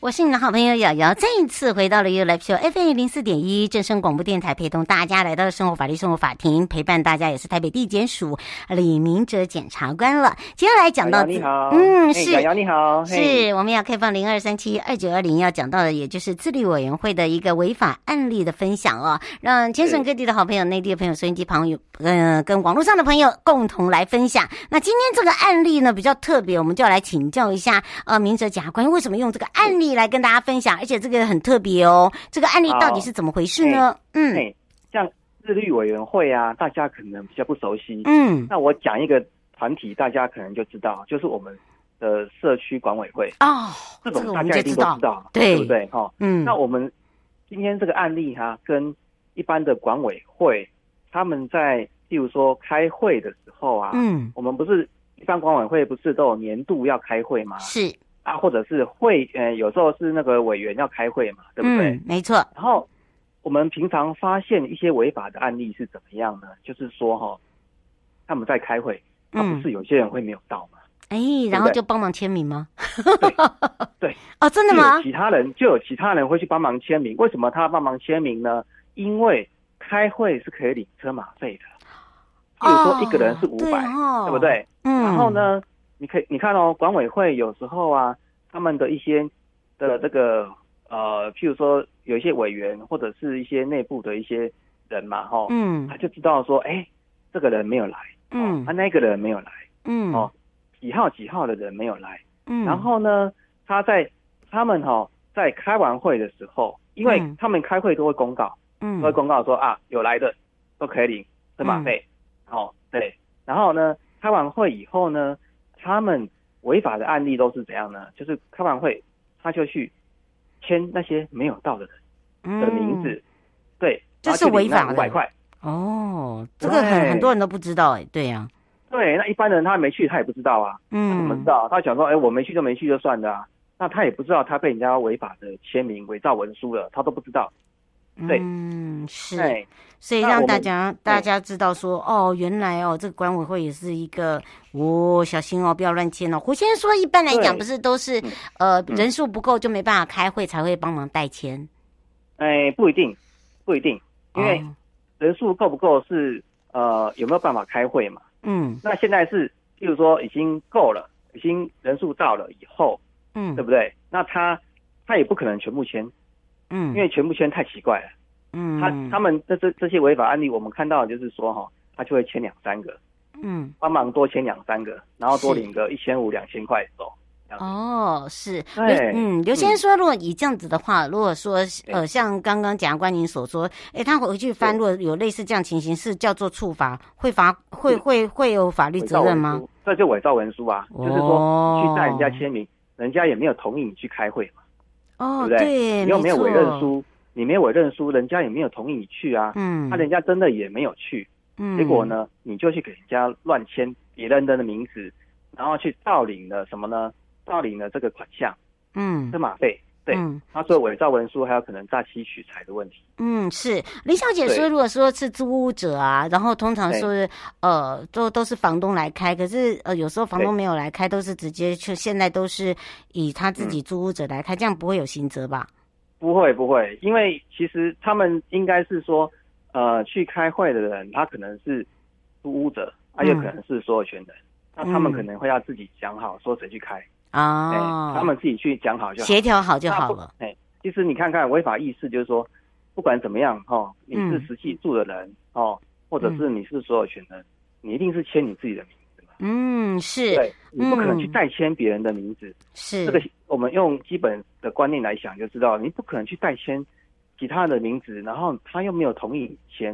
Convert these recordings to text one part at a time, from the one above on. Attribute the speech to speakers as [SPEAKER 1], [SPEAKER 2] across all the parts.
[SPEAKER 1] 我是你的好朋友瑶瑶，再一次回到了 You Life Show FM 零四点一正声广播电台，陪同大家来到生活法律生活法庭，陪伴大家也是台北地检署李明哲检察官了。接下来讲到
[SPEAKER 2] 瑶瑶哎你好，
[SPEAKER 1] 嗯，
[SPEAKER 2] 嘿
[SPEAKER 1] 是
[SPEAKER 2] 瑶瑶你好，哎嘿
[SPEAKER 1] 是，我们要开放零二三七二九二零，要讲到的也就是自律委员会的一个违法案例的分享哦，让全省各地的好朋友、内地的朋友、收音机旁友，嗯、跟网络上的朋友共同来分享。那今天这个案例呢比较特别，我们就要来请教一下呃，明哲检察官为什么用这个案例来跟大家分享，而且这个很特别哦，这个案例到底是怎么回事呢？嗯
[SPEAKER 2] 嘿，像自律委员会啊，大家可能比较不熟悉。
[SPEAKER 1] 嗯，
[SPEAKER 2] 那我讲一个团体，大家可能就知道，就是我们的社区管委会，
[SPEAKER 1] 哦，
[SPEAKER 2] 这
[SPEAKER 1] 这
[SPEAKER 2] 种
[SPEAKER 1] 个我
[SPEAKER 2] 大
[SPEAKER 1] 们
[SPEAKER 2] 家
[SPEAKER 1] 就
[SPEAKER 2] 一定
[SPEAKER 1] 知
[SPEAKER 2] 都
[SPEAKER 1] 道
[SPEAKER 2] 知，道，
[SPEAKER 1] 对
[SPEAKER 2] 对不对？哈，
[SPEAKER 1] 嗯，
[SPEAKER 2] 那我们今天这个案例哈、跟一般的管委会，他们在例如说开会的时候啊，
[SPEAKER 1] 嗯
[SPEAKER 2] 我们不是一般管委会不是都有年度要开会吗？
[SPEAKER 1] 是，
[SPEAKER 2] 啊，或者是会，呃，有时候是那个委员要开会嘛，对不对？
[SPEAKER 1] 嗯，没错，
[SPEAKER 2] 然后我们平常发现一些违法的案例是怎么样呢？就是说哈、他们在开会，他不
[SPEAKER 1] 嗯，
[SPEAKER 2] 是有些人会没有到嘛？
[SPEAKER 1] 哎，
[SPEAKER 2] 对
[SPEAKER 1] 然
[SPEAKER 2] 不
[SPEAKER 1] 后
[SPEAKER 2] 对
[SPEAKER 1] 就帮忙签名吗？
[SPEAKER 2] 对，
[SPEAKER 1] 哦，真的
[SPEAKER 2] 就
[SPEAKER 1] 吗
[SPEAKER 2] 有？其他人就有其他人会去帮忙签名，为什么他帮忙签名呢？因为开会是可以领车马费的，比如说一个人是五百、
[SPEAKER 1] 哦
[SPEAKER 2] 对不？对？
[SPEAKER 1] 嗯，
[SPEAKER 2] 然后？呢，你可以你看哦，管委会有时候啊，他们的一些的这个呃，譬如说有一些委员或者是一些内部的一些人嘛，哈、
[SPEAKER 1] 嗯
[SPEAKER 2] 他就知道说，哎，这个人没有来，哦
[SPEAKER 1] 嗯
[SPEAKER 2] 啊，那个人没有来，
[SPEAKER 1] 嗯
[SPEAKER 2] 哦几号几号的人没有来，
[SPEAKER 1] 嗯，
[SPEAKER 2] 然后呢，他在他们哈、在开完会的时候，因为
[SPEAKER 1] 嗯
[SPEAKER 2] 他们开会都会公告，
[SPEAKER 1] 嗯嗯
[SPEAKER 2] 都会公告说啊，有来的都可以领车马费，哦，对，然后呢，开完会以后呢，他们违法的案例都是怎样呢？就是开完会他就去签那些没有到的人的名字，对，
[SPEAKER 1] 嗯这是违法的
[SPEAKER 2] 五百块。
[SPEAKER 1] 哦，这个很
[SPEAKER 2] 对
[SPEAKER 1] 很多人都不知道哎，对呀，
[SPEAKER 2] 对，那一般人他没去，他也不知道啊。他怎么
[SPEAKER 1] 嗯
[SPEAKER 2] 知，道？他想说，哎、我没去就没去就算了、啊。那他也不知道他被人家违法的签名、伪造文书了，他都不知道。对
[SPEAKER 1] 嗯是，
[SPEAKER 2] 哎，
[SPEAKER 1] 所以
[SPEAKER 2] 那
[SPEAKER 1] 让
[SPEAKER 2] 我
[SPEAKER 1] 大
[SPEAKER 2] 们
[SPEAKER 1] 家大家知道说，哦，原来哦，这个管委会也是一个，哦，小心哦，不要乱签哦。胡先生说，一般来讲
[SPEAKER 2] 对
[SPEAKER 1] 不是都是
[SPEAKER 2] 嗯
[SPEAKER 1] 呃
[SPEAKER 2] 嗯
[SPEAKER 1] 人数不够就没办法开会才会帮忙代签，
[SPEAKER 2] 哎，不一定，不一定，因为
[SPEAKER 1] 哦
[SPEAKER 2] 人数够不够是呃有没有办法开会嘛？
[SPEAKER 1] 嗯
[SPEAKER 2] 那现在是，譬如说已经够了，已经人数到了以后，
[SPEAKER 1] 嗯
[SPEAKER 2] 对不对？那他他也不可能全部签，
[SPEAKER 1] 嗯，
[SPEAKER 2] 因为全部签太奇怪了。
[SPEAKER 1] 嗯
[SPEAKER 2] 他他们这这这些违法案例，我们看到的就是说哈，他就会签两三个，
[SPEAKER 1] 嗯。
[SPEAKER 2] 帮忙多签两三个，然后多
[SPEAKER 1] 是
[SPEAKER 2] 领个一千五、两千块走。
[SPEAKER 1] 哦，是，刘
[SPEAKER 2] 对
[SPEAKER 1] 嗯，刘先生
[SPEAKER 2] 嗯
[SPEAKER 1] 说，如果以这样子的话，如果说呃，
[SPEAKER 2] 对
[SPEAKER 1] 像刚刚检察官您所说，诶，他回去翻，
[SPEAKER 2] 对
[SPEAKER 1] 如果有类似这样情形，是叫做处罚，会罚，会
[SPEAKER 2] 是
[SPEAKER 1] 会会有法律
[SPEAKER 2] 伪
[SPEAKER 1] 责
[SPEAKER 2] 造
[SPEAKER 1] 任
[SPEAKER 2] 文
[SPEAKER 1] 吗？
[SPEAKER 2] 书，这就伪造文书啊，就是说你去带人家签名，人家也没有同意你去开会嘛，
[SPEAKER 1] 哦，
[SPEAKER 2] 对不对
[SPEAKER 1] 对，
[SPEAKER 2] 你又没有
[SPEAKER 1] 错
[SPEAKER 2] 委任，书，你没有委任书，人家也没有同意你去啊，
[SPEAKER 1] 嗯，
[SPEAKER 2] 那人家真的也没有去，
[SPEAKER 1] 嗯，
[SPEAKER 2] 结果呢，你就去给人家乱签别人的名字，然后去盗领了什么呢？盗领了这个款项
[SPEAKER 1] 嗯，
[SPEAKER 2] 车马费，对
[SPEAKER 1] 嗯
[SPEAKER 2] 他除了伪造文书，还有可能诈欺取财的问题。
[SPEAKER 1] 嗯，是林小姐说，
[SPEAKER 2] 对
[SPEAKER 1] 如果说是租屋者啊，然后通常
[SPEAKER 2] 对
[SPEAKER 1] 说是呃，都都是房东来开，可是呃，有时候房东
[SPEAKER 2] 对
[SPEAKER 1] 没有来开，都是直接去，现在都是以他
[SPEAKER 2] 嗯
[SPEAKER 1] 自己租屋者来开，这样不会有刑责吧？
[SPEAKER 2] 不会不会，因为其实他们应该是说，呃，去开会的人，他可能是租屋者，啊，
[SPEAKER 1] 嗯
[SPEAKER 2] 也可能是所有权人，那他
[SPEAKER 1] 嗯
[SPEAKER 2] 们可能会要自己讲好，说谁去开，哎、
[SPEAKER 1] 啊，
[SPEAKER 2] 他们自己去讲好就好。
[SPEAKER 1] 协调好就
[SPEAKER 2] 那
[SPEAKER 1] 好
[SPEAKER 2] 不
[SPEAKER 1] 了。。
[SPEAKER 2] 哎、其实你看看违法意识，就是说，不管怎么样哈、哦，你是
[SPEAKER 1] 嗯
[SPEAKER 2] 实际住的人、哦，或者是你是所有权人，你一定是签你自己的名字嘛，
[SPEAKER 1] 嗯，是
[SPEAKER 2] 对，你不可能去
[SPEAKER 1] 嗯
[SPEAKER 2] 代签别人的名字，
[SPEAKER 1] 是，
[SPEAKER 2] 这个我们用基本的观念来想就知道，你不可能去代签其他人的名字，然后他又没有同意你签，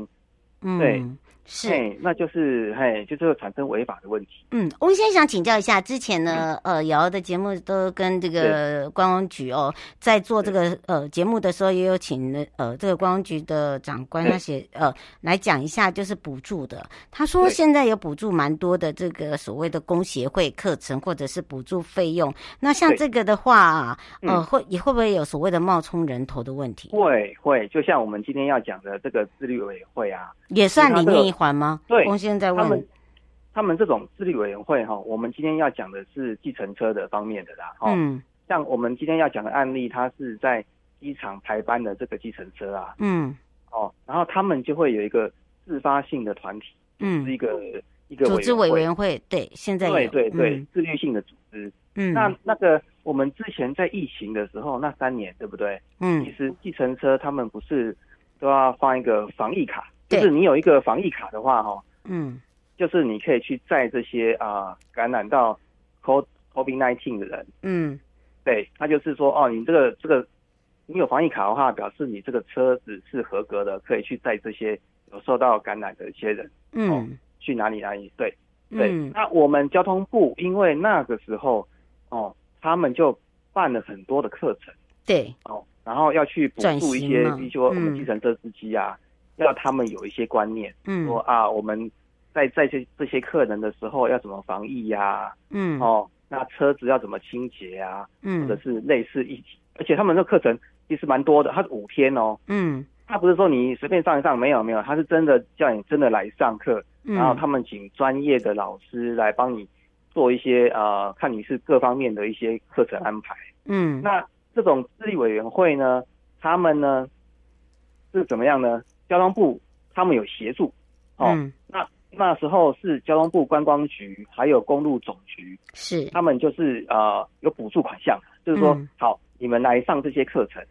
[SPEAKER 2] 对哎
[SPEAKER 1] 嗯，是。
[SPEAKER 2] 嘿，那就是嘿，就是会产生违法的问题。
[SPEAKER 1] 嗯，翁先生想请教一下，之前呢，
[SPEAKER 2] 嗯
[SPEAKER 1] 呃，瑶瑶的节目都跟这个观光局哦，在做这个呃节目的时候，也有请了呃这个观光局的长官
[SPEAKER 2] 对
[SPEAKER 1] 那些呃来讲一下，就是补助的。他说
[SPEAKER 2] 对
[SPEAKER 1] 现在有补助蛮多的这个所谓的工协会课程或者是补助费用。那像
[SPEAKER 2] 对
[SPEAKER 1] 这个的话啊，呃，
[SPEAKER 2] 嗯
[SPEAKER 1] 会也会不会有所谓的冒充人头的问题？
[SPEAKER 2] 会会，就像我们今天要讲的这个自律委员会啊，
[SPEAKER 1] 也算里面一环吗？
[SPEAKER 2] 对
[SPEAKER 1] 翁先生在
[SPEAKER 2] 他们
[SPEAKER 1] 问，
[SPEAKER 2] 他们这种自律委员会哈、我们今天要讲的是计程车的方面的啦，哈、
[SPEAKER 1] 嗯
[SPEAKER 2] 像我们今天要讲的案例，它是在机场排班的这个计程车啊，
[SPEAKER 1] 嗯
[SPEAKER 2] 哦，然后他们就会有一个自发性的团体，是
[SPEAKER 1] 嗯，
[SPEAKER 2] 一个、一个
[SPEAKER 1] 组织委
[SPEAKER 2] 员
[SPEAKER 1] 员会对，现在
[SPEAKER 2] 会，对
[SPEAKER 1] 有
[SPEAKER 2] 对对，自律性的组织。
[SPEAKER 1] 嗯
[SPEAKER 2] 那那个我们之前在疫情的时候，那三年对不对？
[SPEAKER 1] 嗯
[SPEAKER 2] 其实计程车他们不是都要放一个防疫卡，就
[SPEAKER 1] 对
[SPEAKER 2] 是你有一个防疫卡的话，哈，
[SPEAKER 1] 嗯
[SPEAKER 2] 就是你可以去载这些啊、感染到 CO COVID nineteen 的人。
[SPEAKER 1] 嗯
[SPEAKER 2] 对，他就是说哦，你这个这个你有防疫卡的话，表示你这个车子是合格的，可以去载这些有受到感染的一些人
[SPEAKER 1] 嗯
[SPEAKER 2] 去哪里哪里。对对，
[SPEAKER 1] 嗯
[SPEAKER 2] 那我们交通部因为那个时候哦，他们就办了很多的课程
[SPEAKER 1] 对，
[SPEAKER 2] 哦，然后要去补助
[SPEAKER 1] 转
[SPEAKER 2] 一些
[SPEAKER 1] 型嘛，
[SPEAKER 2] 比如说我
[SPEAKER 1] 嗯
[SPEAKER 2] 们计程车司机啊，要他们有一些观念，
[SPEAKER 1] 嗯
[SPEAKER 2] 说啊，我们在在这这些客人的时候要怎么防疫呀、
[SPEAKER 1] 嗯
[SPEAKER 2] 哦，那车子要怎么清洁啊？或者
[SPEAKER 1] 嗯
[SPEAKER 2] 是类似一起，而且他们的课程其实蛮多的，它是五天哦，
[SPEAKER 1] 嗯
[SPEAKER 2] 它不是说你随便上一上，没有没有，它是真的叫你真的来上课，
[SPEAKER 1] 嗯，
[SPEAKER 2] 然后他们请专业的老师来帮你做一些呃，看你是各方面的一些课程安排。
[SPEAKER 1] 嗯
[SPEAKER 2] 那这种自律委员会呢，他们呢是怎么样呢？交通部他们有协助，哦，
[SPEAKER 1] 嗯
[SPEAKER 2] 那那时候是交通部观光局还有公路总局
[SPEAKER 1] 是
[SPEAKER 2] 他们就是呃有补助款项，就是说、
[SPEAKER 1] 嗯
[SPEAKER 2] 好，你们来上这些课程，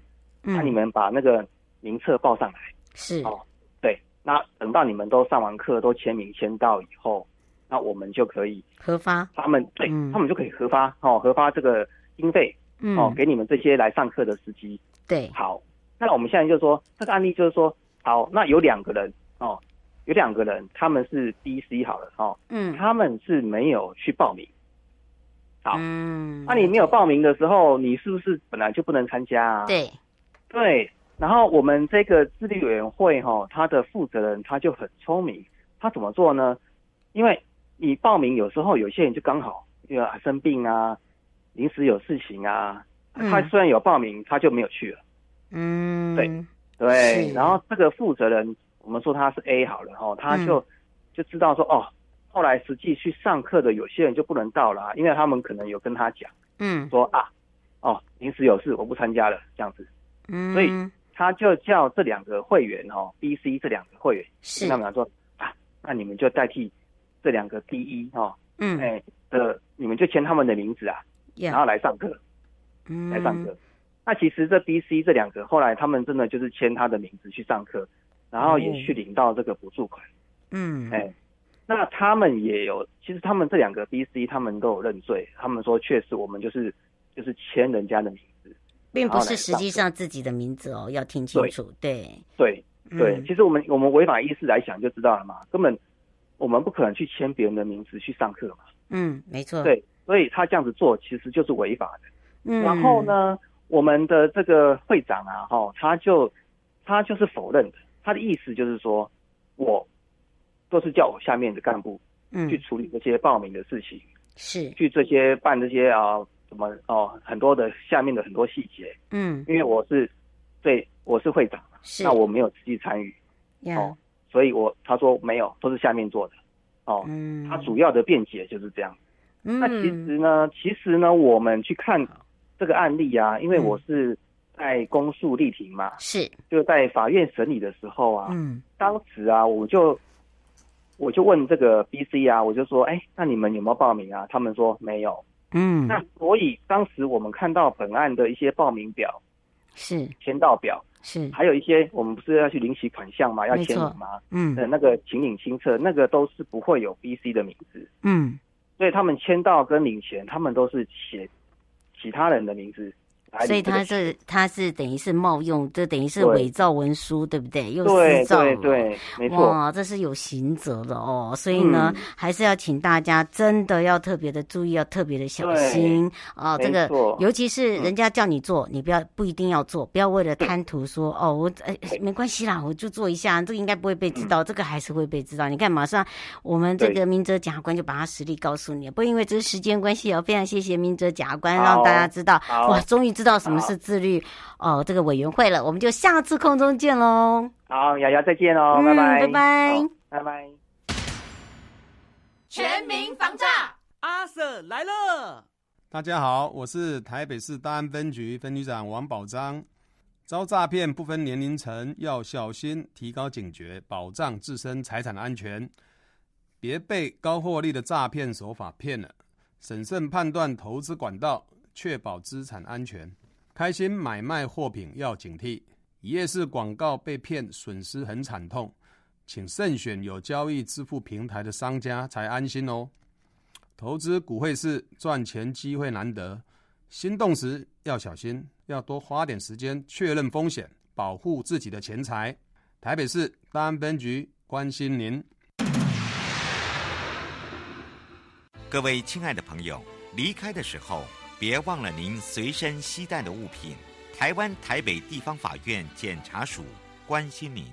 [SPEAKER 2] 那、
[SPEAKER 1] 嗯
[SPEAKER 2] 你们把那个名册报上来，
[SPEAKER 1] 是
[SPEAKER 2] 哦对，那等到你们都上完课都签名签到以后，那我们就可以，
[SPEAKER 1] 合发
[SPEAKER 2] 他们对、
[SPEAKER 1] 嗯
[SPEAKER 2] 他们就可以核发哦，核发这个经费
[SPEAKER 1] 嗯
[SPEAKER 2] 哦、给你们这些来上课的司机。
[SPEAKER 1] 对
[SPEAKER 2] 好，那我们现在就说这个案例就是说，好，那有两个人哦，有两个人他们是 B、C 好了哦，
[SPEAKER 1] 嗯
[SPEAKER 2] 他们是没有去报名。好，
[SPEAKER 1] 嗯
[SPEAKER 2] 那、你没有报名的时候，你是不是本来就不能参加啊？
[SPEAKER 1] 对
[SPEAKER 2] 对然后我们这个自律委员会哈、他的负责人他就很聪明，他怎么做呢？因为你报名有时候有些人就刚好因为啊生病啊，临时有事情啊，
[SPEAKER 1] 嗯
[SPEAKER 2] 他虽然有报名，他就没有去了。
[SPEAKER 1] 嗯
[SPEAKER 2] 对对
[SPEAKER 1] 是，
[SPEAKER 2] 然后这个负责人，我们说他是 A 好了哈、他
[SPEAKER 1] 嗯
[SPEAKER 2] 就、就知道说哦，后来实际去上课的有些人就不能到了啊，因为他们可能有跟他讲。
[SPEAKER 1] 嗯
[SPEAKER 2] 说啊，哦，临时有事，我不参加了，这样子，
[SPEAKER 1] 嗯
[SPEAKER 2] 所以他就叫这两个会员哦，B、C 这两个会员，
[SPEAKER 1] 是
[SPEAKER 2] 跟他们讲说啊，那你们就代替这两个 B、E 哦，
[SPEAKER 1] 嗯
[SPEAKER 2] 哎的，你们就签他们的名字啊，然
[SPEAKER 1] 呀
[SPEAKER 2] 后来上课，
[SPEAKER 1] 嗯
[SPEAKER 2] 来上课。那其实这 B、C 这两个后来他们真的就是签他的名字去上课，然后也去领到这个补助款，
[SPEAKER 1] 嗯
[SPEAKER 2] 哎。那他们也有，其实他们这两个 B、C 他们都有认罪，他们说确实我们就是就是签人家的名字，
[SPEAKER 1] 并不
[SPEAKER 2] 然后
[SPEAKER 1] 是
[SPEAKER 2] 来
[SPEAKER 1] 实
[SPEAKER 2] 上
[SPEAKER 1] 际
[SPEAKER 2] 课
[SPEAKER 1] 上自己的名字哦，要听清
[SPEAKER 2] 对
[SPEAKER 1] 楚。对
[SPEAKER 2] 对，对，
[SPEAKER 1] 嗯
[SPEAKER 2] 其实我们我们违法意识来想就知道了嘛，根本我们不可能去签别人的名字去上课嘛。
[SPEAKER 1] 嗯，没错。，
[SPEAKER 2] 对，所以他这样子做其实就是违法的。
[SPEAKER 1] 嗯、
[SPEAKER 2] 然后？呢，我们的这个会长啊，哈、他就他就是否认的，他的意思就是说，我都是叫我下面的干部
[SPEAKER 1] 嗯
[SPEAKER 2] 去，处理这些报名的事情，
[SPEAKER 1] 是，
[SPEAKER 2] 去这些办这些啊、什么哦、很多的下面的很多细节，
[SPEAKER 1] 嗯，
[SPEAKER 2] 因为我是对我是会长，
[SPEAKER 1] 是。
[SPEAKER 2] 那我没有实际参与。
[SPEAKER 1] 呀，
[SPEAKER 2] 哦所以我他说没有，都是下面做的。哦，
[SPEAKER 1] 嗯，
[SPEAKER 2] 他主要的辩解就是这样。
[SPEAKER 1] 嗯，
[SPEAKER 2] 那其实呢，其实呢，我们去看这个案例啊，因为我是在公诉力庭嘛，
[SPEAKER 1] 是，
[SPEAKER 2] 就在法院审理的时候啊，
[SPEAKER 1] 嗯
[SPEAKER 2] 当时啊，我就我就问这个 B、C 啊，我就说，哎，那你们有没有报名啊？他们说没有。
[SPEAKER 1] 嗯，
[SPEAKER 2] 那所以当时我们看到本案的一些报名表、
[SPEAKER 1] 是
[SPEAKER 2] 签到表，
[SPEAKER 1] 是，
[SPEAKER 2] 还有一些我们不是要去领取款项嘛，要
[SPEAKER 1] 没
[SPEAKER 2] 签
[SPEAKER 1] 错
[SPEAKER 2] 名嘛，
[SPEAKER 1] 嗯
[SPEAKER 2] 的那个请领清册，那个都是不会有 B、C 的名字，
[SPEAKER 1] 嗯，
[SPEAKER 2] 所以他们签到跟领钱，他们都是写其他人的名字来
[SPEAKER 1] 所以
[SPEAKER 2] 领这个
[SPEAKER 1] 他
[SPEAKER 2] 钱。
[SPEAKER 1] 是他是等于是冒用，这等于是
[SPEAKER 2] 对
[SPEAKER 1] 伪造文书，对不对？又
[SPEAKER 2] 对
[SPEAKER 1] 私造
[SPEAKER 2] 对
[SPEAKER 1] 了
[SPEAKER 2] 对，没错，
[SPEAKER 1] 哇，这是有刑责的哦，所以呢，
[SPEAKER 2] 嗯
[SPEAKER 1] 还是要请大家真的要特别的注意，要特别的小心啊、
[SPEAKER 2] 没
[SPEAKER 1] 这个
[SPEAKER 2] 错嗯
[SPEAKER 1] 尤其是人家叫你做，你不要不一定要做，不要为了贪图说哦，我哎没关系啦，我就做一下，这个应该不会被知道，这个还是会被知道。你看，马上我们这个
[SPEAKER 2] 嗯对
[SPEAKER 1] 明哲检察官就把他实力告诉你了。不过因为这是时间关系哦，非常谢谢明哲检察官，
[SPEAKER 2] 好
[SPEAKER 1] 让大家知道
[SPEAKER 2] 好
[SPEAKER 1] 哇，终于知道什么是自律哦这个委员会了。我们就下次空中见喽，
[SPEAKER 2] 好，瑶瑶再见哦，拜
[SPEAKER 1] 嗯
[SPEAKER 2] 拜，
[SPEAKER 1] 拜拜
[SPEAKER 2] 好，拜拜。
[SPEAKER 3] 全民防诈。
[SPEAKER 4] 阿 Sir 来了。
[SPEAKER 5] 大家好，我是台北市大安分局分局长王宝章。遭诈骗不分年龄层，要小心，提高警觉，保障自身财产安全，别被高获利的诈骗手法骗了。审慎判断投资管道，确保资产安全。开心买卖货品要警惕，一夜式广告被骗，损失很惨痛，请慎选有交易支付平台的商家才安心哦。投资股汇市赚钱机会难得，心动时要小心，要多花点时间确认风险，保护自己的钱财。台北市大安分局关心您。
[SPEAKER 6] 各位亲爱的朋友，离开的时候别忘了您随身携带的物品。台湾台北地方法院检察署关心您。